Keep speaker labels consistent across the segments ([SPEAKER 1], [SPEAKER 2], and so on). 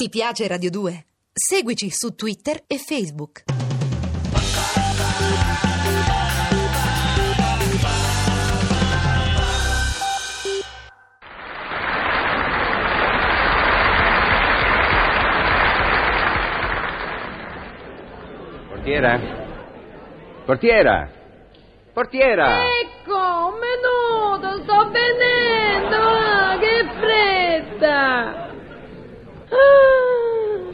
[SPEAKER 1] Ti piace Radio 2? Seguici su Twitter e Facebook.
[SPEAKER 2] Portiera? Portiera? Portiera!
[SPEAKER 3] Ecco, menudo, sto venendo, ah, che fredda! Ah,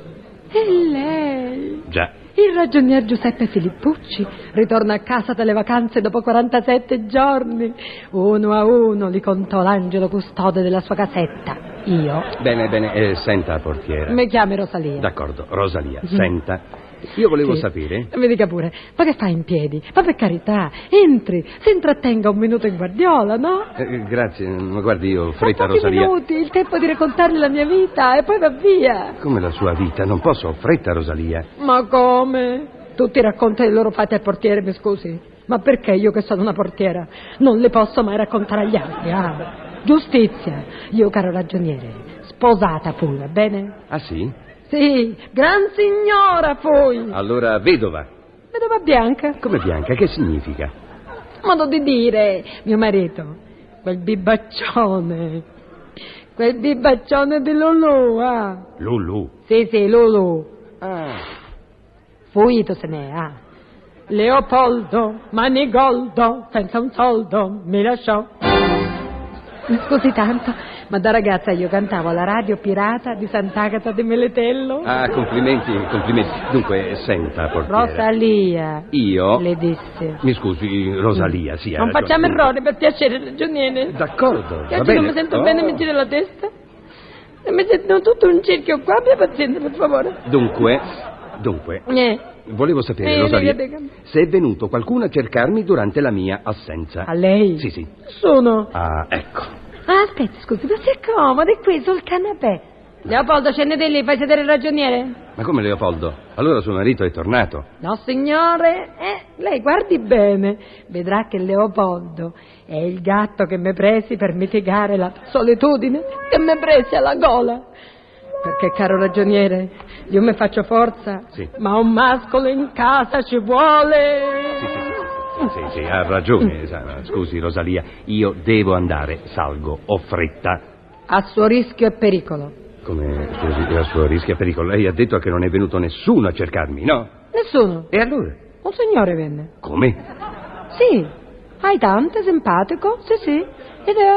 [SPEAKER 3] e lei?
[SPEAKER 2] Già,
[SPEAKER 3] Il ragionier Giuseppe Filippucci ritorna a casa dalle vacanze dopo 47 giorni. Uno a uno li contò l'angelo custode della sua casetta. Io
[SPEAKER 2] bene, bene, eh, senta, portiera.
[SPEAKER 3] mi chiami Rosalia.
[SPEAKER 2] D'accordo, Rosalia, senta. Io volevo
[SPEAKER 3] Mhm. Sì.
[SPEAKER 2] sapere.
[SPEAKER 3] Mi dica pure, ma che fai in piedi? Ma per carità, entri, si intrattenga un minuto in guardiola, no?
[SPEAKER 2] eh, grazie, ma guardi, io ho
[SPEAKER 3] Fra
[SPEAKER 2] fretta,
[SPEAKER 3] pochi
[SPEAKER 2] Rosalia.
[SPEAKER 3] minuti, il tempo di raccontarle la mia vita e poi va via.
[SPEAKER 2] Come la sua vita? Non posso, ho fretta, Rosalia.
[SPEAKER 3] Ma come? Tutti raccontano i loro fatti al portiere, mi scusi. Ma perché io che sono una portiera non le posso mai raccontare agli altri? Ah, giustizia. Io, caro ragioniere, sposata fui, va bene?
[SPEAKER 2] Ah, sì?
[SPEAKER 3] Sì, gran signora fui.
[SPEAKER 2] Allora, vedova.
[SPEAKER 3] Vedova bianca.
[SPEAKER 2] Come bianca, che significa?
[SPEAKER 3] modo di dire, mio marito, quel bibaccione, quel bibaccione di Lulu, ah.
[SPEAKER 2] Lulu.
[SPEAKER 3] Sì, sì, Lulu,
[SPEAKER 2] Ah.
[SPEAKER 3] fuito se n'è, ah. Leopoldo, manigoldo, senza un soldo, mi lasciò. Mi scusi tanto, ma da ragazza io cantavo alla radio pirata di Sant'Agata di Meletello.
[SPEAKER 2] Ah, complimenti, complimenti. Dunque, senta, portiera.
[SPEAKER 3] Rosalia,
[SPEAKER 2] Io.
[SPEAKER 3] le disse.
[SPEAKER 2] Mi scusi, Rosalia, sì. ha
[SPEAKER 3] non
[SPEAKER 2] ragione.
[SPEAKER 3] facciamo errori, per piacere, ragioniere.
[SPEAKER 2] D'accordo,
[SPEAKER 3] Io
[SPEAKER 2] va
[SPEAKER 3] oggi
[SPEAKER 2] bene.
[SPEAKER 3] non mi sento bene,
[SPEAKER 2] Oh.
[SPEAKER 3] mi gira la testa. E mi sentono tutto un cerchio qua, abbia pazienza, per favore.
[SPEAKER 2] Dunque, dunque,
[SPEAKER 3] Eh,
[SPEAKER 2] volevo sapere,
[SPEAKER 3] Sì,
[SPEAKER 2] Rosalia,
[SPEAKER 3] dica, dica.
[SPEAKER 2] se è venuto qualcuno a cercarmi durante la mia assenza.
[SPEAKER 3] a lei?
[SPEAKER 2] Sì, sì.
[SPEAKER 3] Sono.
[SPEAKER 2] Ah, ecco.
[SPEAKER 3] Ah, aspetta, scusi, ma sei comodo, è qui sul canapè. Leopoldo, scendete lì, fai sedere il ragioniere.
[SPEAKER 2] Ma come Leopoldo? Allora suo marito è tornato.
[SPEAKER 3] No, signore. Eh, lei guardi bene. Vedrà che Leopoldo è il gatto che mi presi per mitigare la solitudine che mi presi alla gola. Perché, caro ragioniere, io mi faccio forza,
[SPEAKER 2] Sì.
[SPEAKER 3] ma un mascolo in casa ci vuole.
[SPEAKER 2] Sì, sì, sì, sì. Sì, sì, ha ragione. sa- Scusi, Rosalia, io devo andare, salgo, ho fretta.
[SPEAKER 3] A suo rischio e pericolo.
[SPEAKER 2] Come, scusi, a suo rischio e pericolo. Lei ha detto che non è venuto nessuno a cercarmi, no?
[SPEAKER 3] Nessuno.
[SPEAKER 2] E allora?
[SPEAKER 3] Un signore venne.
[SPEAKER 2] Come?
[SPEAKER 3] Sì, aitante, simpatico, sì, sì. Ed è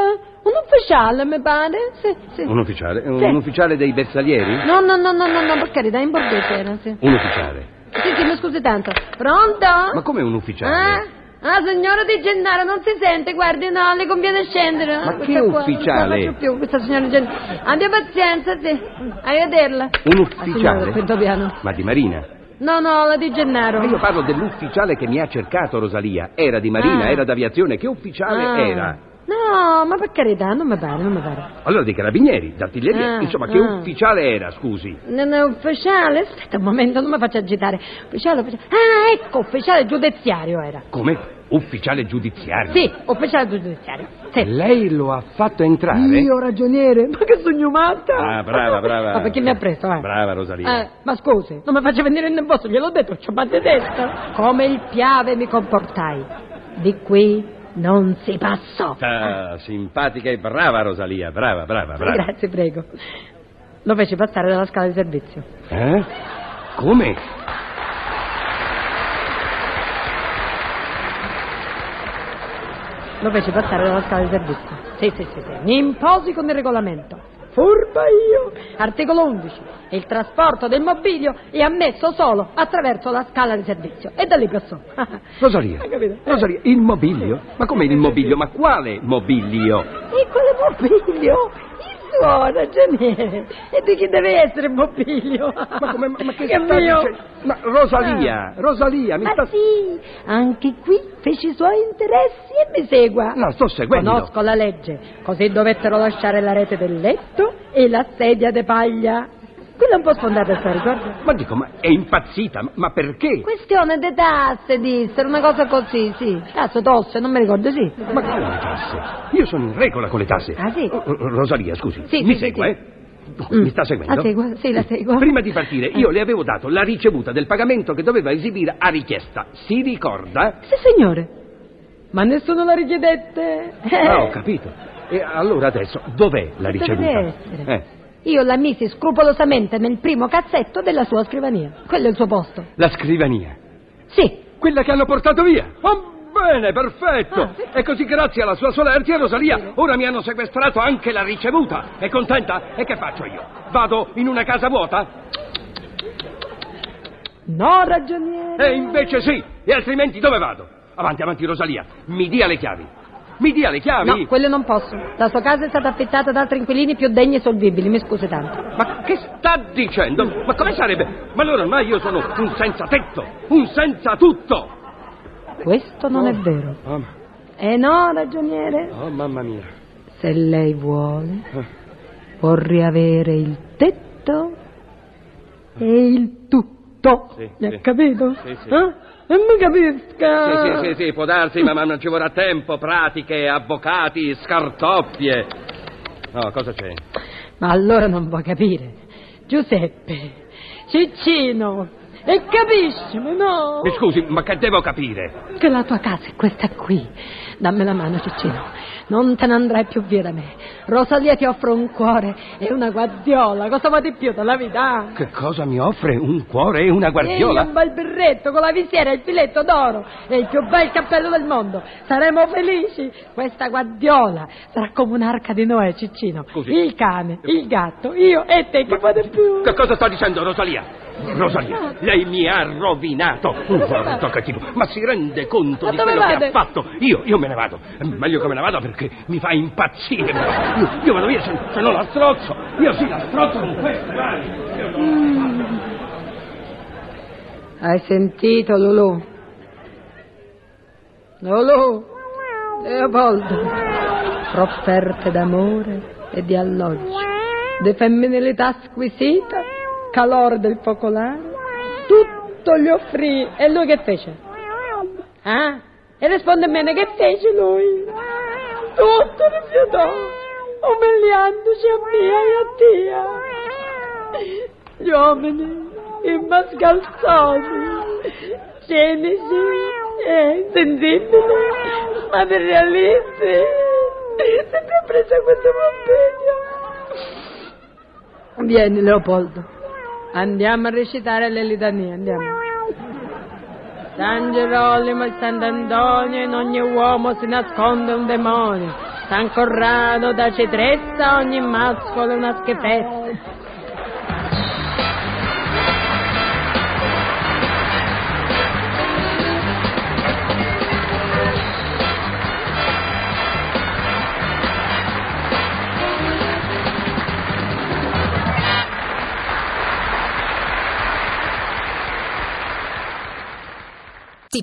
[SPEAKER 3] un ufficiale, mi pare, sì, sì.
[SPEAKER 2] Un ufficiale? Un,
[SPEAKER 3] Sì.
[SPEAKER 2] ufficiale dei bersaglieri?
[SPEAKER 3] No, no, no, no, no, no, per carità, in borghese era, sì.
[SPEAKER 2] Un ufficiale.
[SPEAKER 3] Sì, sì, mi scusi tanto. Pronto?
[SPEAKER 2] Ma come un
[SPEAKER 3] Ah,
[SPEAKER 2] ufficiale?
[SPEAKER 3] ah, signora Di Gennaro, non si sente, guardi, no, le conviene scendere.
[SPEAKER 2] Ma
[SPEAKER 3] Questa
[SPEAKER 2] che
[SPEAKER 3] qua, Non
[SPEAKER 2] ufficiale?
[SPEAKER 3] ce la faccio più, questa signora Di Gennaro. Abbia pazienza, sì. Arrivederla.
[SPEAKER 2] Un
[SPEAKER 3] La Ah, signora
[SPEAKER 2] ufficiale?
[SPEAKER 3] del quinto piano.
[SPEAKER 2] Ma di Marina?
[SPEAKER 3] No, no, la Di Gennaro.
[SPEAKER 2] Ma io parlo dell'ufficiale che mi ha cercato, Rosalia. Era di Marina,
[SPEAKER 3] Ah.
[SPEAKER 2] era d'aviazione. Che ufficiale
[SPEAKER 3] Ah.
[SPEAKER 2] era?
[SPEAKER 3] No, ma per carità, non mi pare, non mi pare.
[SPEAKER 2] Allora dei carabinieri, d'artiglieria.
[SPEAKER 3] Ah,
[SPEAKER 2] Insomma, che
[SPEAKER 3] ah.
[SPEAKER 2] ufficiale era, scusi?
[SPEAKER 3] Non è ufficiale? Aspetta un momento, non mi faccia agitare. Ufficiale, ufficiale. Ah, ecco, ufficiale giudiziario era.
[SPEAKER 2] Come? Ufficiale giudiziario?
[SPEAKER 3] Sì, ufficiale giudiziario.
[SPEAKER 2] E
[SPEAKER 3] Sì.
[SPEAKER 2] Lei lo ha fatto entrare?
[SPEAKER 3] Io ragioniere, ma che sogno matta!
[SPEAKER 2] Ah, brava, brava.
[SPEAKER 3] Ma perché mi ha preso, eh?
[SPEAKER 2] Brava, Rosalia.
[SPEAKER 3] Eh, ma scusi, non mi faccia venire in nervoso, gliel'ho detto, ci ho batte testa. Come il piave mi comportai. Di qui non si passò.
[SPEAKER 2] Ah, simpatica e brava, Rosalia. Brava, brava, brava.
[SPEAKER 3] Grazie, prego. Lo feci passare dalla scala di servizio.
[SPEAKER 2] Eh? Come?
[SPEAKER 3] Lo fece passare dalla scala di servizio. Sì, sì, sì, sì. Mi imposi con il regolamento. Furba io! Articolo 11. Il trasporto del mobilio è ammesso solo attraverso la scala di servizio. E da lì passò.
[SPEAKER 2] Rosalia.
[SPEAKER 3] Hai capito?
[SPEAKER 2] Rosalia, il mobilio? Ma come il mobilio? Ma quale mobilio?
[SPEAKER 3] E quale mobilio? Il suo ragioniere. E di chi deve essere il mobilio?
[SPEAKER 2] Ma come? Ma, ma che,
[SPEAKER 3] è
[SPEAKER 2] sta
[SPEAKER 3] mio? Ah.
[SPEAKER 2] dicendo? Ma Rosalia, Rosalia, mi
[SPEAKER 3] Ma
[SPEAKER 2] sta...
[SPEAKER 3] sì, anche qui fece i suoi interessi e mi segua.
[SPEAKER 2] No, sto seguendo.
[SPEAKER 3] Conosco la legge, così dovettero lasciare la rete del letto e la sedia de paglia. Quella è un po' sfondata sta, ricordo.
[SPEAKER 2] Ma dico, ma è impazzita, ma- ma perché?
[SPEAKER 3] Questione de tasse, dissero, una cosa così, sì. Tasse, tosse, non mi ricordo, sì.
[SPEAKER 2] Ma come le tasse? Io sono in regola con le tasse.
[SPEAKER 3] Ah, sì?
[SPEAKER 2] Oh, oh, Rosalia, scusi.
[SPEAKER 3] Sì,
[SPEAKER 2] mi
[SPEAKER 3] sì,
[SPEAKER 2] segua,
[SPEAKER 3] sì, Mm.
[SPEAKER 2] eh? Mi sta seguendo?
[SPEAKER 3] La seguo, sì, la seguo. Ah.
[SPEAKER 2] Prima di partire, io le avevo dato la ricevuta del pagamento che doveva esibire a richiesta. Si ricorda?
[SPEAKER 3] Sì, signore. Eh, Ma nessuno la richiedette.
[SPEAKER 2] Ah, ho capito. E allora adesso dov'è la
[SPEAKER 3] Dove
[SPEAKER 2] ricevuta?
[SPEAKER 3] deve essere?
[SPEAKER 2] Eh,
[SPEAKER 3] Io la misi scrupolosamente nel primo cazzetto della sua scrivania. Quello è il suo posto.
[SPEAKER 2] la scrivania.
[SPEAKER 3] Sì,
[SPEAKER 2] Quella che hanno portato via. Oh, bene, perfetto.
[SPEAKER 3] Ah, sì.
[SPEAKER 2] E così grazie alla sua solerzia, Rosalia, ora mi hanno sequestrato anche la ricevuta. È contenta? E che faccio io? Vado in una casa vuota?
[SPEAKER 3] No, ragioniere.
[SPEAKER 2] E Eh, invece sì. E altrimenti dove vado? Avanti, avanti, Rosalia. Mi dia le chiavi. Mi dia le chiavi.
[SPEAKER 3] No, quello non posso. La sua casa è stata affittata ad altri inquilini più degni e solvibili, mi scusi tanto.
[SPEAKER 2] Ma che sta dicendo? Ma come sarebbe? Ma allora ormai io sono un senza tetto, un senza tutto.
[SPEAKER 3] Questo non è vero.
[SPEAKER 2] Oh,
[SPEAKER 3] Eh no, ragioniere.
[SPEAKER 2] oh, mamma mia.
[SPEAKER 3] Se lei vuole, può riavere il tetto e il tutto.
[SPEAKER 2] Sì,
[SPEAKER 3] Mi ha
[SPEAKER 2] sì.
[SPEAKER 3] capito?
[SPEAKER 2] Sì, sì.
[SPEAKER 3] Eh? Non
[SPEAKER 2] Sì,
[SPEAKER 3] mi capisca.
[SPEAKER 2] sì, sì, sì, può darsi, ma, ma non ci vorrà tempo, pratiche, avvocati, scartoffie. No, cosa c'è?
[SPEAKER 3] Ma allora non può capire. Giuseppe, Ciccino, e capisci, no?
[SPEAKER 2] Mi scusi, ma che devo capire?
[SPEAKER 3] Che la tua casa è questa qui. Dammi la mano, Ciccino. Non te ne andrai più via da me. Rosalia ti offre un cuore e una guardiola. Cosa va di più dalla vita?
[SPEAKER 2] Che cosa mi offre un cuore e una
[SPEAKER 3] Ehi, un bel berretto con la visiera e il filetto d'oro e il più bel cappello del mondo. Saremo felici. Questa guardiola sarà come un'arca di Noè, Ciccino.
[SPEAKER 2] Scusi.
[SPEAKER 3] Il cane, il gatto, io e te. Che va di più? Ah.
[SPEAKER 2] Che cosa sta dicendo Rosalia? Rosalia, lei mi ha rovinato. Un guardo che tipo, ma si rende conto
[SPEAKER 3] Ma
[SPEAKER 2] di
[SPEAKER 3] dove
[SPEAKER 2] quello che
[SPEAKER 3] vade?
[SPEAKER 2] ha fatto? Io, io me ne vado. È Meglio che me ne vado perché mi fa impazzire. Io, io vado via se, se non la strozzo. Io sì, la strozzo con queste mani. Io non-
[SPEAKER 3] Hai sentito, Lulu? Lulu, Leopoldo, profferte d'amore e di alloggio, di femminilità squisita, calore del focolare, tutto gli offrì. E lui che fece? Ah? E risponde bene, che fece lui? "Ah, Tutto rifiutò, umiliandoci a mia e a tia. Gli uomini, i mascalzoni, eh, cinici e sensibili, materialisti. Sempre presa questo bambino. Vieni, Leopoldo. Andiamo a recitare le litanie, andiamo. San Gerolimo e Sant'Antonio, in ogni uomo si nasconde un demonio. San Corrado da Cetrezza, ogni mascolo è una schifezza.
[SPEAKER 1] Ti